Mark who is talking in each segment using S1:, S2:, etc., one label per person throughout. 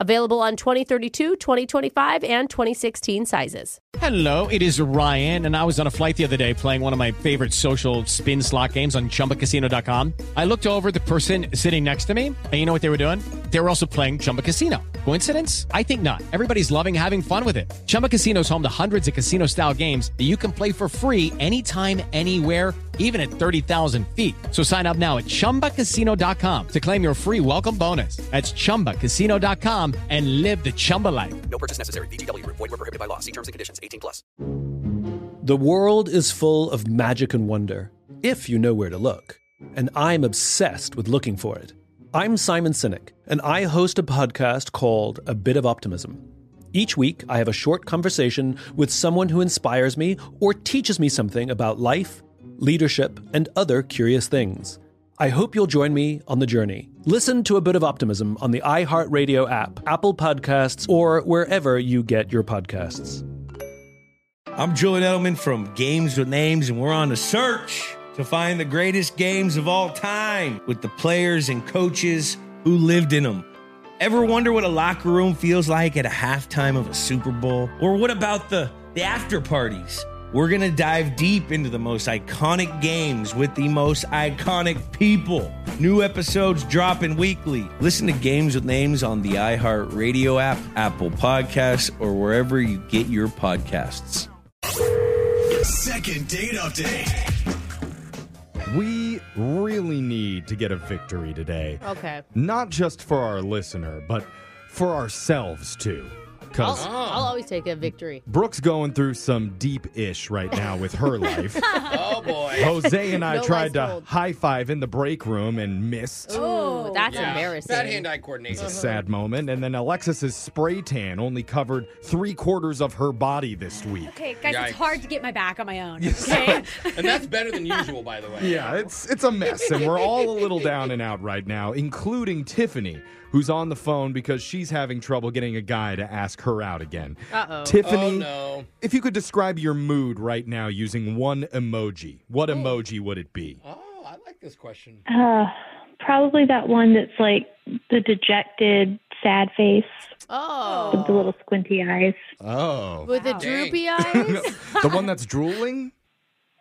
S1: Available on 2032, 2025, and 2016 sizes.
S2: Hello, it is Ryan, and I was on a flight the other day playing one of my favorite social spin slot games on chumbacasino.com. I looked over at the person sitting next to me, and you know what they were doing? They were also playing Chumba Casino. Coincidence? I think not. Everybody's loving having fun with it. Chumba Casino is home to hundreds of casino style games that you can play for free anytime, anywhere even at 30,000 feet. So sign up now at ChumbaCasino.com to claim your free welcome bonus. That's ChumbaCasino.com and live the Chumba life.
S3: No purchase necessary. VGW Group. Void were prohibited by law. See terms and conditions. 18 plus.
S4: The world is full of magic and wonder, if you know where to look. And I'm obsessed with looking for it. I'm Simon Sinek, and I host a podcast called A Bit of Optimism. Each week, I have a short conversation with someone who inspires me or teaches me something about life, leadership, and other curious things. I hope you'll join me on the journey. Listen to A Bit of Optimism on the iHeartRadio app, Apple Podcasts, or wherever you get your podcasts.
S5: I'm Julian Edelman from Games with Names, and we're on the search to find the greatest games of all time with the players and coaches who lived in them. Ever wonder what a locker room feels like at a halftime of a Super Bowl? Or what about the, the after parties? We're going to dive deep into the most iconic games with the most iconic people. New episodes dropping weekly. Listen to Games with Names on the iHeartRadio app, Apple Podcasts, or wherever you get your podcasts.
S6: Second date update.
S7: We really need to get a victory today.
S1: Okay.
S7: Not just for our listener, but for ourselves too.
S1: I'll,
S7: Because
S1: I'll always take a victory.
S7: Brooke's going through some deep ish right now with her life.
S5: Oh, boy.
S7: Jose and I
S1: No
S7: tried
S1: lies
S7: to
S1: told.
S7: high five in the break room and missed.
S1: Ooh, that's embarrassing.
S8: Bad hand-eye coordination.
S7: It's a sad moment. And then Alexis's spray tan only covered three quarters of her body this week.
S9: Okay, guys,
S8: Yikes.
S9: it's hard to get my back on my own. Okay.
S8: And that's better than usual, by the way.
S7: Yeah, it's it's a mess, and we're all a little down and out right now, including Tiffany, who's on the phone because she's having trouble getting a guy to ask her out again. Uh-oh.
S8: Oh,
S7: Tiffany,
S8: no.
S7: if you could describe your mood right now using one emoji, what
S1: Oh.
S7: emoji would it be?
S8: Oh, I like this question.
S10: Uh, probably that one that's like the dejected, sad face with the
S1: Oh.
S10: little squinty eyes.
S7: Oh,
S1: With the
S9: Wow.
S1: droopy eyes?
S7: the one that's drooling.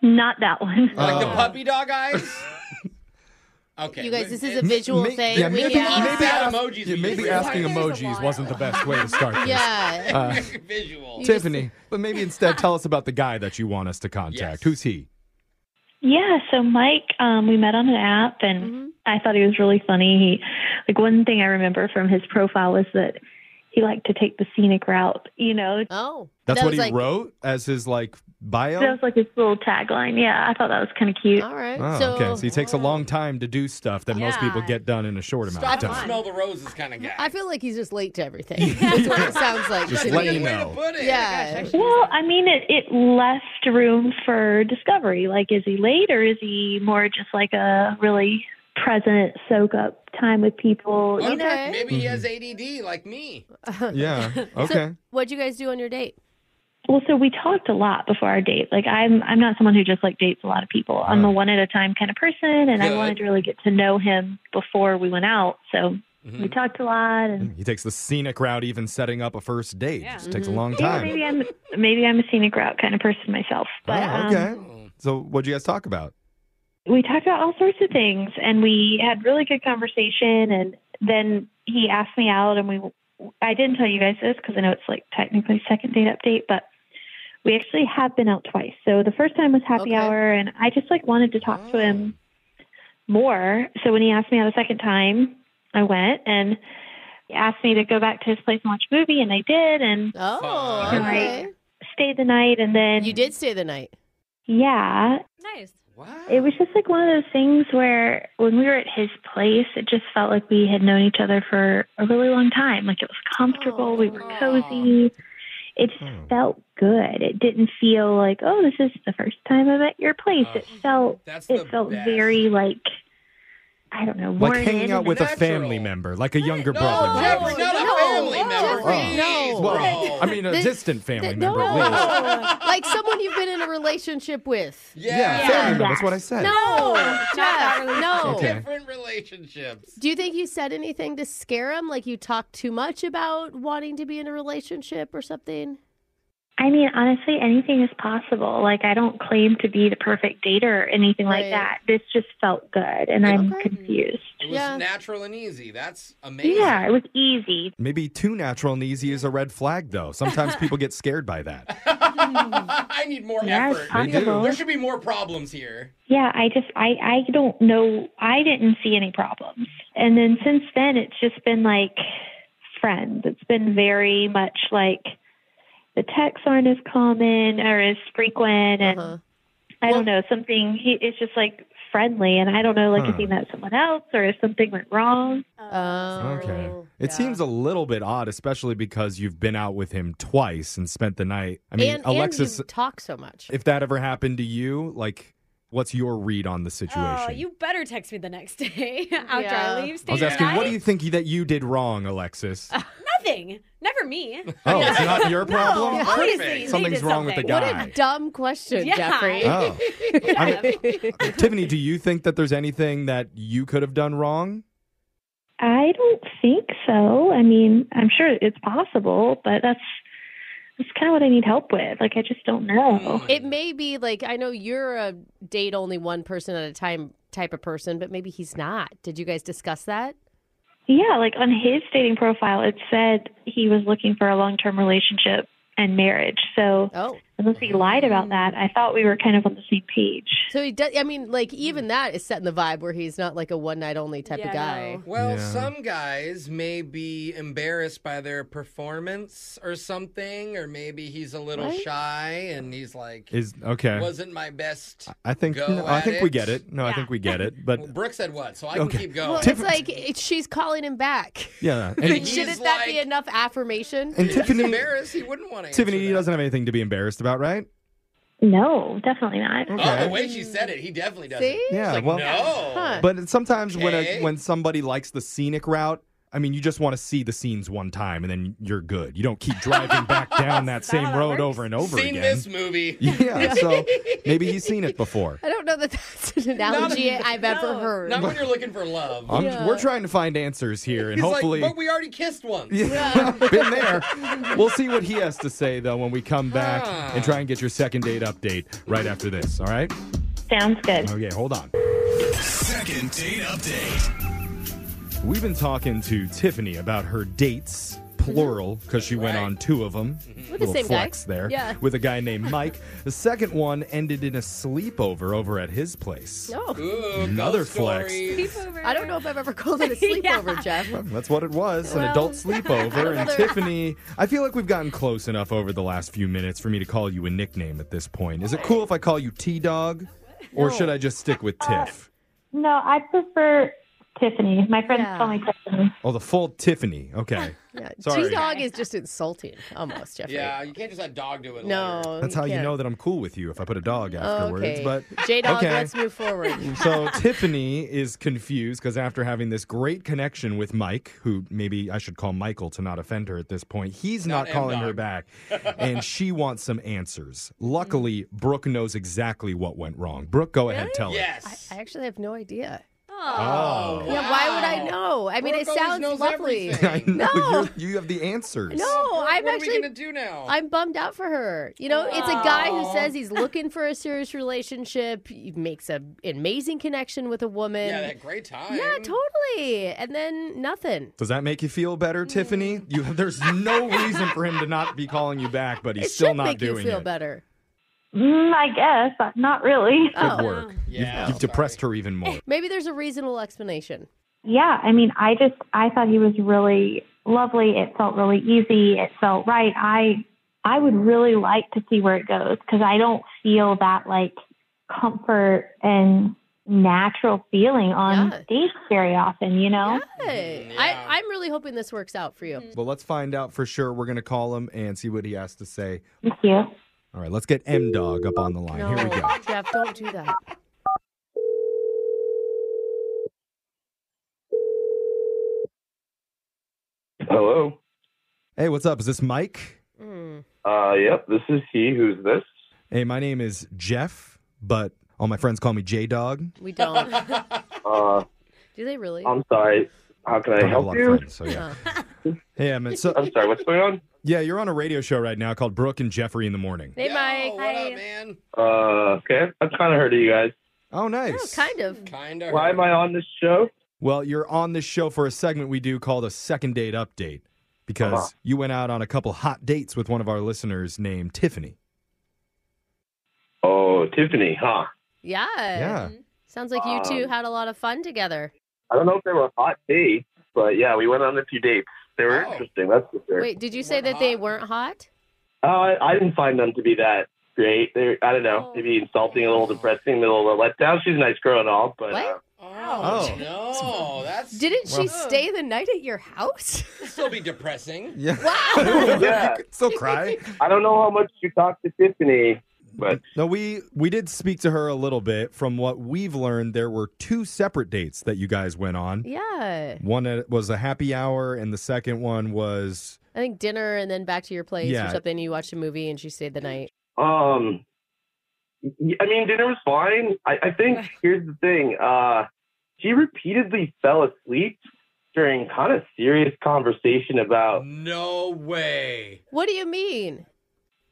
S10: Not that one.
S8: Like the
S7: Oh.
S8: puppy dog eyes? okay.
S1: You guys, this is a
S7: M-
S1: visual
S7: may-
S1: thing.
S7: Yeah,
S1: We-
S7: maybe,
S1: yeah.
S7: maybe,
S8: Sad
S7: ask-
S8: emojis
S7: yeah,
S8: we
S7: maybe
S8: use.
S7: asking
S9: There's a
S7: emojis
S9: lot.
S7: wasn't the best way to start this.
S1: Yeah.
S8: visual.
S7: Tiffany, but maybe instead tell us about the guy that you want us to contact.
S8: Yes.
S7: Who's he?
S10: Yeah, so Mike, um, we met on an app, and I thought he was really funny. He, like, one thing I remember from his profile was that he liked to take the scenic route. You know,
S1: Oh.
S7: That's
S1: That
S7: what
S1: was
S7: he
S1: like-
S7: wrote as his like bio.
S10: that was like his little tagline. Yeah, I thought that was kind of cute.
S1: All right.
S7: Oh,
S1: so,
S7: okay. So he takes a long time to do stuff that most
S9: Yeah.
S7: people get done in a short amount
S8: Stop
S7: of
S8: and
S7: time.
S8: smell the roses kind of guy.
S1: I feel like he's just late to everything. That's what it sounds like.
S7: Just
S1: to
S7: let
S1: me.
S7: you
S8: Way to
S7: know.
S8: put it.
S1: Yeah.
S10: Well, I mean, it, it left room for discovery. Like, is he late or is he more just like a really present soak up time with people?
S8: Or
S10: You
S1: Okay.
S10: know,
S8: Oh,
S1: Mm-hmm.
S8: Maybe he has ADD like me.
S7: Yeah. Okay.
S1: So, what'd you guys do on your date?
S10: well, so we talked a lot before our date. Like, I'm I'm not someone who just like dates a lot of people. I'm
S7: Huh.
S10: a one at a time kind of person, and I
S8: Good.
S10: wanted to really get to know him before we went out. So we talked a lot, and
S7: he takes the scenic route, even setting up a first date.
S9: Yeah.
S7: It just takes a long
S10: yeah,
S7: time.
S10: maybe I'm maybe I'm a scenic route kind of person myself. But
S7: Oh,
S10: um,
S7: okay. So what'd you guys talk about?
S10: we talked about all sorts of things and we had really good conversation and then he asked me out and we i didn't tell you guys this because i know it's like technically second date update but we actually have been out twice so the first time was happy
S1: Okay. Ah.
S10: hour and i just like wanted to talk to him more so when he asked me out a second time i went and he asked me to go back to his place and watch a movie and i did and
S1: Oh,
S8: Fun.
S1: okay.
S10: stayed the night and then
S1: You did stay the night.
S10: yeah
S9: nice.
S8: Wow.
S10: it was just like one of those things where when we were at his place, it just felt like we
S1: Oh.
S10: had known each other for a really long time. Like it was comfortable, we were cozy. It just
S7: Hmm.
S10: felt good. It didn't feel like, oh, this is the first time I'm at your place. it
S1: Uh,
S10: felt it felt very like I don't know,
S7: Like
S10: worn
S7: hanging
S10: in
S7: out
S10: and
S7: with
S10: natural.
S7: a family member, like a younger brother. maybe.
S8: Oh, Jeffrey, not a family member.
S1: Jeffrey,
S8: please,
S1: no.
S8: bro.
S7: I mean, a
S1: This-
S7: distant family member.
S1: no.
S7: At least.
S1: like someone you've been in a relationship with.
S8: Yeah.
S7: Yeah, family member. That's what I said.
S1: No,
S9: Not that
S1: Jeff,
S9: relationship.
S1: no.
S7: Okay.
S8: Different relationships.
S1: Do you think you said anything to scare him? Like you talked too much about wanting to be in a relationship or something?
S10: I mean, honestly, anything is possible. Like, I don't claim to be the perfect dater or anything
S1: Right.
S10: like that. This just felt good, and I'm
S1: Okay.
S10: confused.
S8: It was
S1: Yeah.
S8: natural and easy. That's amazing.
S10: Yeah, it was easy.
S7: Maybe too natural and easy is a red flag, though. Sometimes people get scared by that.
S8: I need more
S10: Yeah, it's
S8: effort.
S10: possible.
S8: There should be more problems here.
S10: Yeah, I just, I, I don't know. I didn't see any problems. And then since then, it's just been like friends. It's been very much like the texts aren't as common or as frequent, and
S1: Uh-huh.
S10: I don't know something. He, it's just like friendly, and I don't know like if he met someone else or if something went wrong.
S1: Oh,
S7: Okay. It seems a little bit odd, especially because you've been out with him twice and spent the night. I mean,
S1: and,
S7: Alexis,
S1: and you talk so much.
S7: if that ever happened to you, like, what's your read on the situation?
S9: Oh, you better text me the next day after
S1: Yeah.
S9: I leave.
S7: I was
S9: state
S7: asking, what
S9: tonight.
S7: do you think that you did wrong, Alexis?
S9: Nothing. Never me.
S7: oh, it's not your problem?
S9: No, obviously, they
S7: Something's
S9: did
S7: wrong with the
S9: something.
S1: what
S7: guy.
S1: a dumb question,
S9: Yeah.
S1: Jeffrey.
S7: Oh. I mean, Tiffany, do you think that there's anything that you could have done wrong?
S10: I don't think so. I mean, I'm sure it's possible, but that's that's kind of what I need help with. Like, I just don't know.
S1: It may be like I know you're a date only one person at a time type of person, but maybe he's not. Did you guys discuss that?
S10: Yeah, like on his dating profile, it said he was looking for a long-term relationship and marriage. So
S1: Oh,
S10: unless he lied about that, I thought we were kind of on the same page.
S1: so he does. I mean, like even that is setting the vibe where he's not like a one night only type of
S9: Yeah,
S1: guy.
S9: no.
S8: Well,
S7: Yeah.
S8: some guys may be embarrassed by their performance or something, or maybe he's a little
S1: What?
S8: shy and he's like,
S7: Is okay.
S8: wasn't my best.
S7: I think
S8: go
S7: no, I
S8: at
S7: think we
S8: it?
S7: get it. No, I think we get it. But
S8: Well, Brooke said what, so I
S7: Okay.
S8: can keep going.
S1: Well, it's
S7: Tiff-
S1: like it, she's calling him back.
S7: yeah, and,
S1: Like,
S8: He's
S1: shouldn't that be
S8: like-
S1: enough affirmation?
S7: and
S8: If he's
S7: Tiffany,
S8: embarrassed. He wouldn't want to.
S7: Tiffany
S8: answer
S7: he
S8: that. Oh,
S7: doesn't have anything to be embarrassed about, right?
S10: No, definitely not.
S8: Oh,
S7: Okay.
S8: the way she said it, he definitely doesn't.
S1: See?
S7: Yeah,
S8: Like,
S7: well,
S8: no.
S1: Huh.
S7: but sometimes when
S8: Okay.
S7: a, when somebody likes the scenic route, I mean, you just want to see the scenes one time and then you're good. You don't keep driving back down that
S9: not how
S7: same
S9: that
S7: road
S9: works.
S7: over and over
S8: Seen
S7: again.
S8: this movie.
S7: Yeah, so maybe he's seen it before.
S1: I don't know that that's an analogy I've ever heard.
S8: Not when you're looking for love.
S7: I'm-
S1: Yeah.
S7: We're trying to find answers here, and
S8: He's
S7: Uh, hopefully,
S8: like, but we already kissed once.
S7: Yeah, been there. We'll see what he has to say though when we come back
S8: Ah.
S7: and try and get your second date update right after this. All right?
S10: Sounds good.
S7: Okay, hold on.
S6: Second date update.
S7: We've been talking to Tiffany about her dates, plural, because she went
S8: Right.
S7: on two of them.
S1: With the
S7: Little
S1: same guy.
S7: flex there.
S1: Yeah.
S7: With a guy named Mike. the second one ended in a sleepover over at his place.
S1: No,
S8: Ooh,
S7: Another
S8: ghost
S7: flex.
S8: stories.
S1: I don't know if I've ever called it a sleepover, Jeff.
S7: That's what it was, an adult sleepover. And Tiffany, I feel like we've gotten close enough over the last few minutes for me to call you a nickname at this point. Is it cool if I call you T Dog? Or should I just stick with Tiff?
S10: No, I prefer Tiffany. My friends
S1: Yeah.
S10: call me Tiffany.
S7: Oh, the full Tiffany. Okay. Sorry.
S1: T dog is just insulting, almost, Jeffrey.
S8: Yeah, you can't just let dog do it.
S1: No,
S7: That's how you
S1: can't.
S7: know that I'm cool with you if I put a dog afterwards.
S1: Okay.
S7: But
S1: J Dog,
S7: okay.
S1: let's move forward.
S7: so Tiffany is confused because after having this great connection with Mike, who maybe I should call Michael to not offend her at this point, he's not, calling her back, and she wants some answers. Luckily, Brooke knows exactly what went wrong. Brooke, go ahead, tell
S8: Yes.
S1: I actually have no idea.
S7: her. Oh,
S1: Yeah, why would I know? I mean,
S8: Brooke
S1: it
S8: always knows
S1: sounds lovely.
S8: everything.
S7: I know
S1: No.
S7: you're- you have the answers.
S1: No, I'm
S8: what are we
S1: actually.
S8: gonna do now?
S1: I'm bummed out for her. You know, it's a guy who says he's looking for a serious relationship, he makes a, an amazing connection with a woman.
S8: yeah, that great time.
S1: Yeah, totally. And then nothing.
S7: Does that make you feel better, Tiffany? You, there's no reason for him to not be calling you back, but he's
S1: it
S7: still
S1: should
S7: not
S1: make
S7: doing
S1: you feel
S7: it.
S1: better.
S10: Mm, I guess, but not really.
S7: Good
S1: Oh.
S7: work. You've-
S8: Yeah,
S7: you've
S8: sorry.
S7: depressed her even more.
S1: Maybe there's a reasonable explanation.
S10: Yeah, I mean, I just I thought he was really lovely. It felt really easy. It felt right. I I would really like to see where it goes because I don't feel that like comfort and natural feeling on stage very often, you know?
S1: Hey,
S7: Mm,
S1: I, I'm really hoping this works out for you.
S7: Well, let's find out for sure. We're going to call him and see what he has to say.
S10: Thank you.
S7: All right, let's get M Dog up on the line. Here we go.
S1: Jeff, don't do that.
S11: Hello.
S7: Hey, what's up? Is this Mike?
S11: Uh, yep, this is he. Who's this?
S7: Hey, my name is Jeff, but all my friends call me J Dog.
S1: We don't.
S11: Uh,
S1: do they really?
S11: I'm sorry. How can I
S7: Don't have a
S11: help
S7: lot of
S11: you?
S7: friends, so yeah.
S1: Oh.
S7: Hey, I'm, so,
S11: I'm sorry. What's going on?
S7: Yeah, you're on a radio show right now called Brooke and Jeffrey in the Morning.
S1: Hey, Mike. What up,
S8: man?
S11: Uh, okay. I've kind of heard of you guys.
S7: Oh, nice.
S1: Kind of.
S8: Kind of.
S11: Why am I on this show?
S7: Well, you're on this show for a segment we do called a second date update because
S11: Uh-huh.
S7: you went out on a couple hot dates with one of our listeners named Tiffany.
S11: Oh, Tiffany, huh?
S1: Yeah.
S7: Yeah.
S1: Sounds like you two had a lot of fun together.
S11: I don't know if they were hot dates, but yeah, we went on a few dates. They were
S7: Oh.
S11: interesting, that's for sure.
S1: Wait, did you say that they weren't hot?
S11: Oh, I, I didn't find them to be that great. They're, I don't know, maybe insulting, a little depressing, a little of a letdown. She's a nice girl and all, but uh,
S8: Oh, no, that's
S1: Didn't she
S11: Well-
S1: stay the night at your house?
S8: still be depressing.
S7: Yeah.
S8: Wow.
S11: yeah.
S7: Still cry.
S11: I don't know how much you talked to Tiffany, but
S7: No, we we did speak to her a little bit. From what we've learned, there were two separate dates that you guys went on.
S1: yeah.
S7: One that was a happy hour, and the second one was
S1: I think dinner and then back to your place or
S7: Yeah.
S1: something. You watched a movie and she stayed the night.
S11: Um, y- I mean, dinner was fine. I, I think here's the thing. Uh, she repeatedly fell asleep during kind of serious conversation about.
S8: No way.
S1: What do you mean?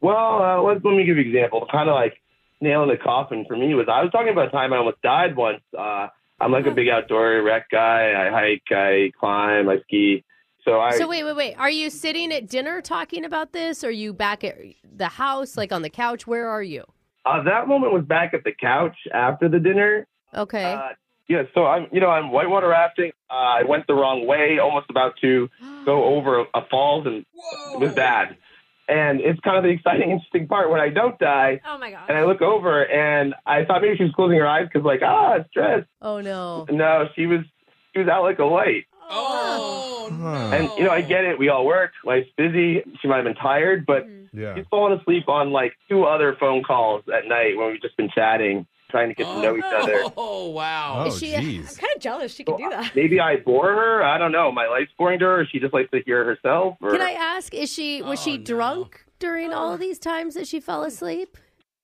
S11: Well, uh, let, let me give you an example. Kind of like nail in the coffin for me was I was talking about a time I almost died once. Uh, I'm
S1: Uh-huh.
S11: like a big outdoor rec guy. I hike, I climb, I ski. So I
S1: so wait, wait, wait. Are you sitting at dinner talking about this? Are you back at the house, like on the couch? Where are you?
S11: uh, that moment was back at the couch after the dinner, Uh,
S1: Okay.
S11: Yeah, so I'm, you know, I'm whitewater rafting. Uh, I went the wrong way, almost about to go over a, a falls, and it was bad. And it's kind of the exciting, interesting part when I don't die,
S9: Oh my god.
S11: and I look over, and I thought maybe she was closing her eyes because, like, ah, it's stress.
S1: oh no.
S11: No, she was, she was out like a light.
S8: Oh.
S11: And you know, I get it. We all work. Life's busy. She might have been tired, but
S7: yeah.
S11: she's fallen asleep on like two other phone calls at night when we've just been chatting, trying to get to know each other.
S8: Oh wow.
S9: Is she, I'm kind of jealous she can do that.
S11: Maybe I bore her. I don't know. My life's boring to her. She just likes to hear herself. Or...
S1: Can I ask? Is she was she drunk during
S9: Oh.
S1: all these times that she fell asleep?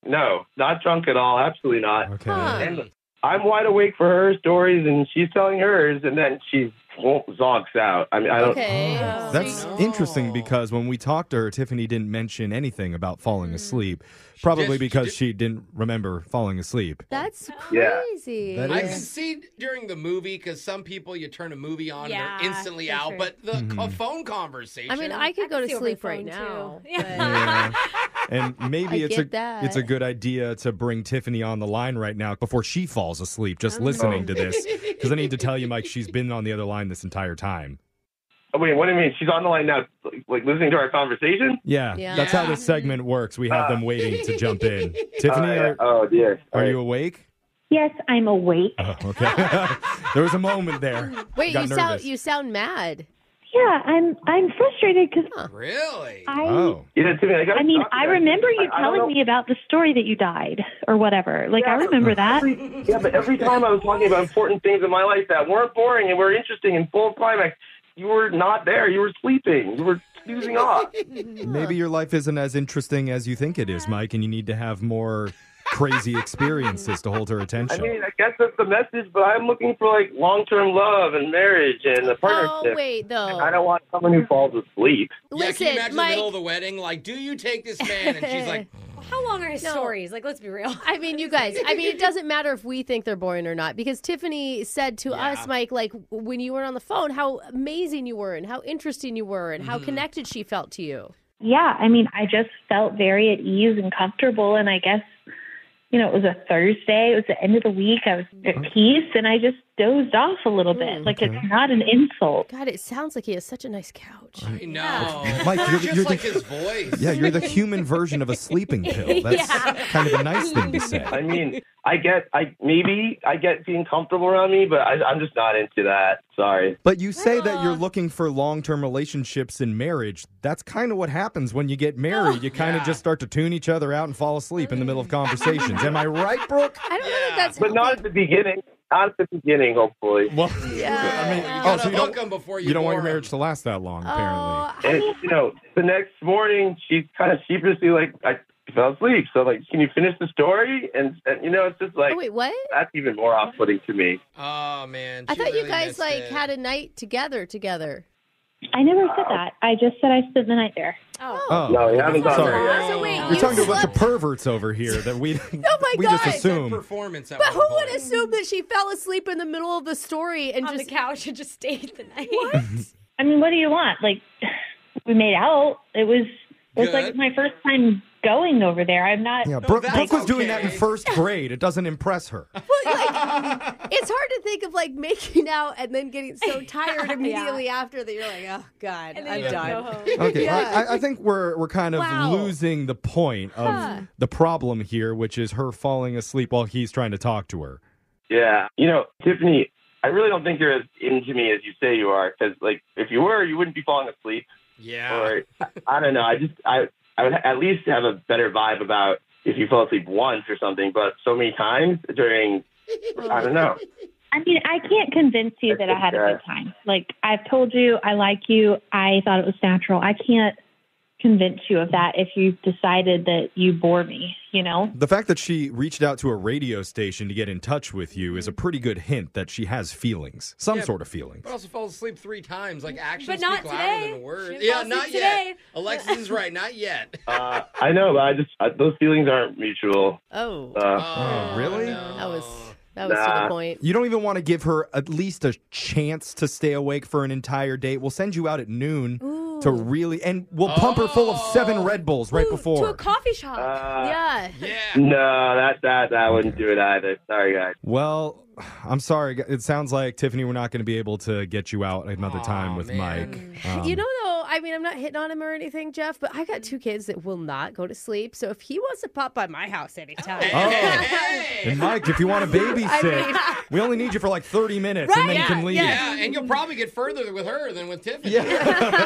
S11: No, not drunk at all. Absolutely not.
S7: Okay.
S1: Huh.
S11: And I'm wide awake for her stories, and she's telling hers, and then she zonks out. I mean, I don't.
S1: Okay. Oh,
S7: Oh, That's interesting because when we talked to her, Tiffany didn't mention anything about falling
S1: Mm.
S7: asleep, probably
S8: just- she
S7: because she didn't remember falling asleep.
S1: That's
S7: Yeah.
S1: crazy.
S7: That
S8: I
S7: is-
S8: can see during the movie because some people you turn a movie on and
S1: Yeah,
S8: they're instantly
S1: for
S8: out,
S1: sure.
S8: but the
S7: Mhm.
S8: co- phone conversation.
S1: I mean, I could go to
S9: see over the
S1: sleep right
S9: phone,
S1: now.
S9: too.
S7: Yeah. And maybe
S1: I
S7: it's a
S1: get that.
S7: it's a good idea to bring Tiffany on the line right now before she falls asleep just
S1: Oh.
S7: listening to this because I need to tell you, Mike, she's been on the other line this entire time.
S11: Oh, wait, what do you mean? She's on the line now, like, like listening to our conversation.
S7: Yeah,
S1: Yeah.
S7: that's how this segment works. We have them waiting to jump in. Tiffany,
S11: Uh,
S7: are,
S11: oh dear.
S7: are you awake?
S10: Yes, I'm awake.
S7: Oh, okay. there was a moment there.
S1: Wait, you
S7: Got
S1: sound
S7: nervous.
S1: you sound mad.
S10: Yeah, I'm I'm frustrated because
S8: really.
S10: I
S7: Oh,
S11: Yeah, Tiffany, I got.
S10: I mean, I remember you telling me about the story that you died or whatever. Like I remember that.
S11: Yeah, but every time I was talking about important things in my life that weren't boring and were interesting and full of climax, you were not there. You were sleeping. You were snoozing off.
S7: maybe your life isn't as interesting as you think it is, Mike, and you need to have more crazy experiences to hold her
S11: I
S7: attention.
S11: mean, I guess that's the message, but I'm looking for like long term love and marriage and a
S1: Oh
S11: partnership.
S1: wait, though.
S11: I don't want someone who falls asleep.
S8: yeah, can you
S1: Listen,
S8: imagine the
S1: Mike.
S8: middle of the wedding? Like, do you take this man? And she's like,
S9: How long are his
S1: No.
S9: stories? Like, let's be real.
S1: I mean, you guys, I mean, it doesn't matter if we think they're boring or not because Tiffany said to us, Mike, like when you were on the phone, how amazing you were and how interesting you were and how connected she felt to you.
S10: Yeah, I mean, I just felt very at ease and comfortable, and I guess you know it was a Thursday. It was the end of the week. I was at peace, and I just dozed off a little bit. Like it's not an insult.
S1: God, it sounds like he has such a nice couch.
S8: I know.
S7: Mike, you're,
S8: Just
S7: you're
S8: like
S7: the,
S8: his voice.
S7: Yeah, you're the human version of a sleeping pill. That's
S1: Yeah.
S7: kind of a nice thing to say.
S11: I mean, I get, I maybe I get being comfortable around me, but I, I'm just not into that. Sorry.
S7: But you say that you're looking for long term relationships in marriage. That's kind of what happens when you get married. You kind of just start to tune each other out and fall asleep in the middle of conversations. Am I right, Brooke?
S1: I don't know that that's.
S11: But not at the beginning. Not at the beginning, hopefully.
S7: Well,
S1: Yeah. Oh,
S7: I mean,
S8: gotta
S7: oh, so you don't,
S8: hook 'em before you
S7: you don't want
S8: bore
S7: your marriage to last that long, apparently.
S11: And, you know, the next morning, she's kind of sheepishly like, I fell asleep. So, like, can you finish the story? And, and you know, it's just like,
S1: Oh, wait, what?
S11: that's even more off putting to me.
S8: Oh man.
S1: I
S8: she
S1: thought
S8: really
S1: you guys
S8: missed
S1: like
S8: it.
S1: had a night together together.
S10: I never said that. I just said I spent the night there.
S7: Oh,
S11: No, you haven't done
S7: Sorry.
S11: that yet.
S1: So wait,
S7: We're
S1: you
S7: talking to a bunch of
S1: slept-
S7: perverts over here that we,
S1: my
S7: we just
S1: God.
S7: assume.
S8: performance. At
S1: But
S8: one
S1: who would
S8: point.
S1: assume that she fell asleep in the middle of the story and
S9: on the
S1: just
S9: couch and just stayed the night.
S10: I mean, what do you want? Like we made out. It was it was
S8: Good.
S10: like my first time going over there. I'm not
S7: Yeah, Brooke,
S8: that's
S7: Brooke was doing that in
S8: okay.
S7: first grade. It doesn't impress her.
S1: it's hard to think of like making out and then getting so tired immediately after that you're like, oh god,
S9: And then
S1: I'm
S9: you just
S1: done.
S9: go home.
S7: Okay, I, I- I think we're we're kind of
S1: Wow.
S7: losing the point of the problem here, which is her falling asleep while he's trying to talk to her.
S11: Yeah. You know, Tiffany, I really don't think you're as into me as you say you are. Because, like, if you were, you wouldn't be falling asleep.
S8: Yeah.
S11: Or, I- I don't know. I just, I, I would at least have a better vibe about if you fell asleep once or something. But so many times during, I don't know.
S10: I mean, I can't convince you that I had a good time. Like I've told you, I like you. I thought it was natural. I can't convince you of that if you've decided that you bore me, you know?
S7: The fact that she reached out to a radio station to get in touch with you is a pretty good hint that she has feelings, some
S8: Yeah, Oh,
S7: sort of feelings.
S8: But also falls asleep three times. Like actions
S9: But not
S8: speak louder
S9: today.
S8: than words.
S9: She
S8: Yeah,
S9: falls
S8: not
S9: asleep
S8: yet.
S9: today.
S8: Alexis is right. Not yet.
S11: Uh, I know, but I just, I, those feelings aren't mutual.
S1: Oh,
S11: Uh,
S7: Oh, really?
S1: that was that was to the
S11: Nah.
S1: point.
S7: You don't even want to give her at least a chance to stay awake for an entire date. We'll send you out at noon to really, and we'll pump her full of seven Red Bulls right
S9: to a
S7: before.
S9: coffee shop.
S11: Uh,
S1: yeah.
S8: Yeah.
S11: No, that that that wouldn't do it either. Sorry, guys.
S7: Well, I'm sorry. It sounds like Tiffany, we're not going to be able to get you out another time with
S8: man.
S7: Mike. Um,
S1: you know, though, I mean, I'm not hitting on him or anything, Jeff, but I got two kids that will not go to sleep. So if he wants to pop by my house anytime,
S7: Oh.
S8: Hey.
S7: And Mike, if you want to babysit,
S1: mean-
S7: we only need you for like 30 minutes and then you can leave.
S8: Yeah, and you'll probably get further with her than with Tiffany.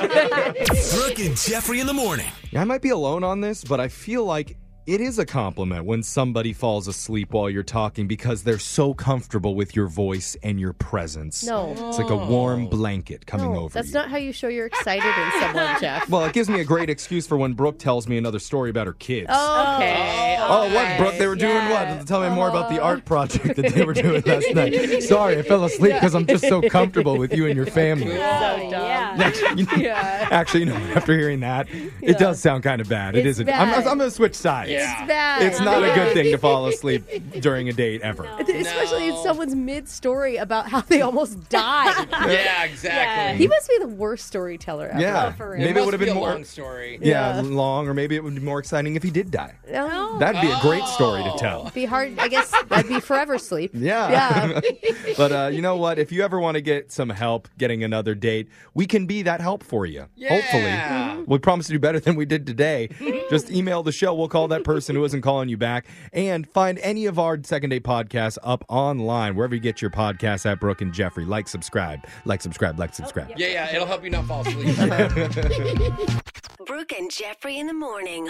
S6: Brooke and Jeffrey in the morning.
S7: I might be alone on this, but I feel like it is a compliment when somebody falls asleep while you're talking because they're so comfortable with your voice and your presence.
S1: No.
S7: It's like a warm blanket coming
S1: no,
S7: over
S1: that's
S7: you.
S1: not how you show you're excited in someone, Jeff.
S7: well, it gives me a great excuse for when Brooke tells me another story about her kids.
S1: Okay.
S7: Oh, what, Brooke? They were doing
S1: Yeah. Uh-huh.
S7: what? Tell me more about the art project that they were doing last night. Sorry, I fell asleep because I'm just so comfortable with you and your family.
S1: Oh, So dumb.
S9: yeah.
S7: Actually, you- Actually, you know, after hearing that, it does sound kind of bad. It
S1: It's
S7: isn't. I'm,
S1: bad.
S7: I'm going to switch sides.
S1: It's bad.
S7: It's not a good thing to fall asleep during a date ever.
S1: Especially in
S8: No.
S1: someone's mid story about how they almost died.
S8: Yeah,
S1: he
S8: exactly.
S1: must be the worst storyteller ever.
S7: Yeah.
S9: for real.
S7: maybe it would have
S8: must be
S7: been
S8: a
S7: more.
S8: long story.
S7: yeah. long, or maybe it would be more exciting if he did die.
S1: No.
S7: That'd be a great story to tell.
S1: Be hard, I guess. That'd be forever sleep.
S7: Yeah. but uh, you know what? If you ever want to get some help getting another date, we can be that help for you.
S8: Yeah.
S7: Hopefully. We promise to do better than we did today. Just email the show. We'll call that person who isn't calling you back. And find any of our second date podcasts up online, wherever you get your podcasts at Brooke and Jeffrey. Like, subscribe, like, subscribe, like, subscribe.
S8: Yeah, yeah, it'll help you not fall asleep.
S12: Brooke and Jeffrey in the morning.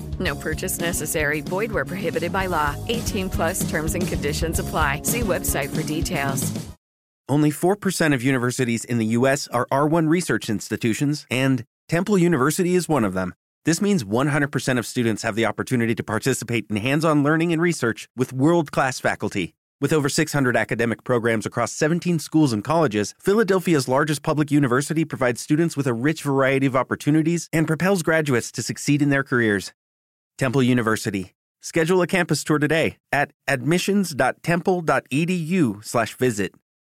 S13: No purchase necessary. Void where prohibited by law. 18 plus terms and conditions apply. See website for details.
S7: Only 4% of universities in the U.S. are R1 research institutions, and Temple University is one of them. This means 100% of students have the opportunity to participate in hands on learning and research with world class faculty. With over 600 academic programs across 17 schools and colleges, Philadelphia's largest public university provides students with a rich variety of opportunities and propels graduates to succeed in their careers. Temple University. Schedule a campus tour today at admissions.temple.edu/visit.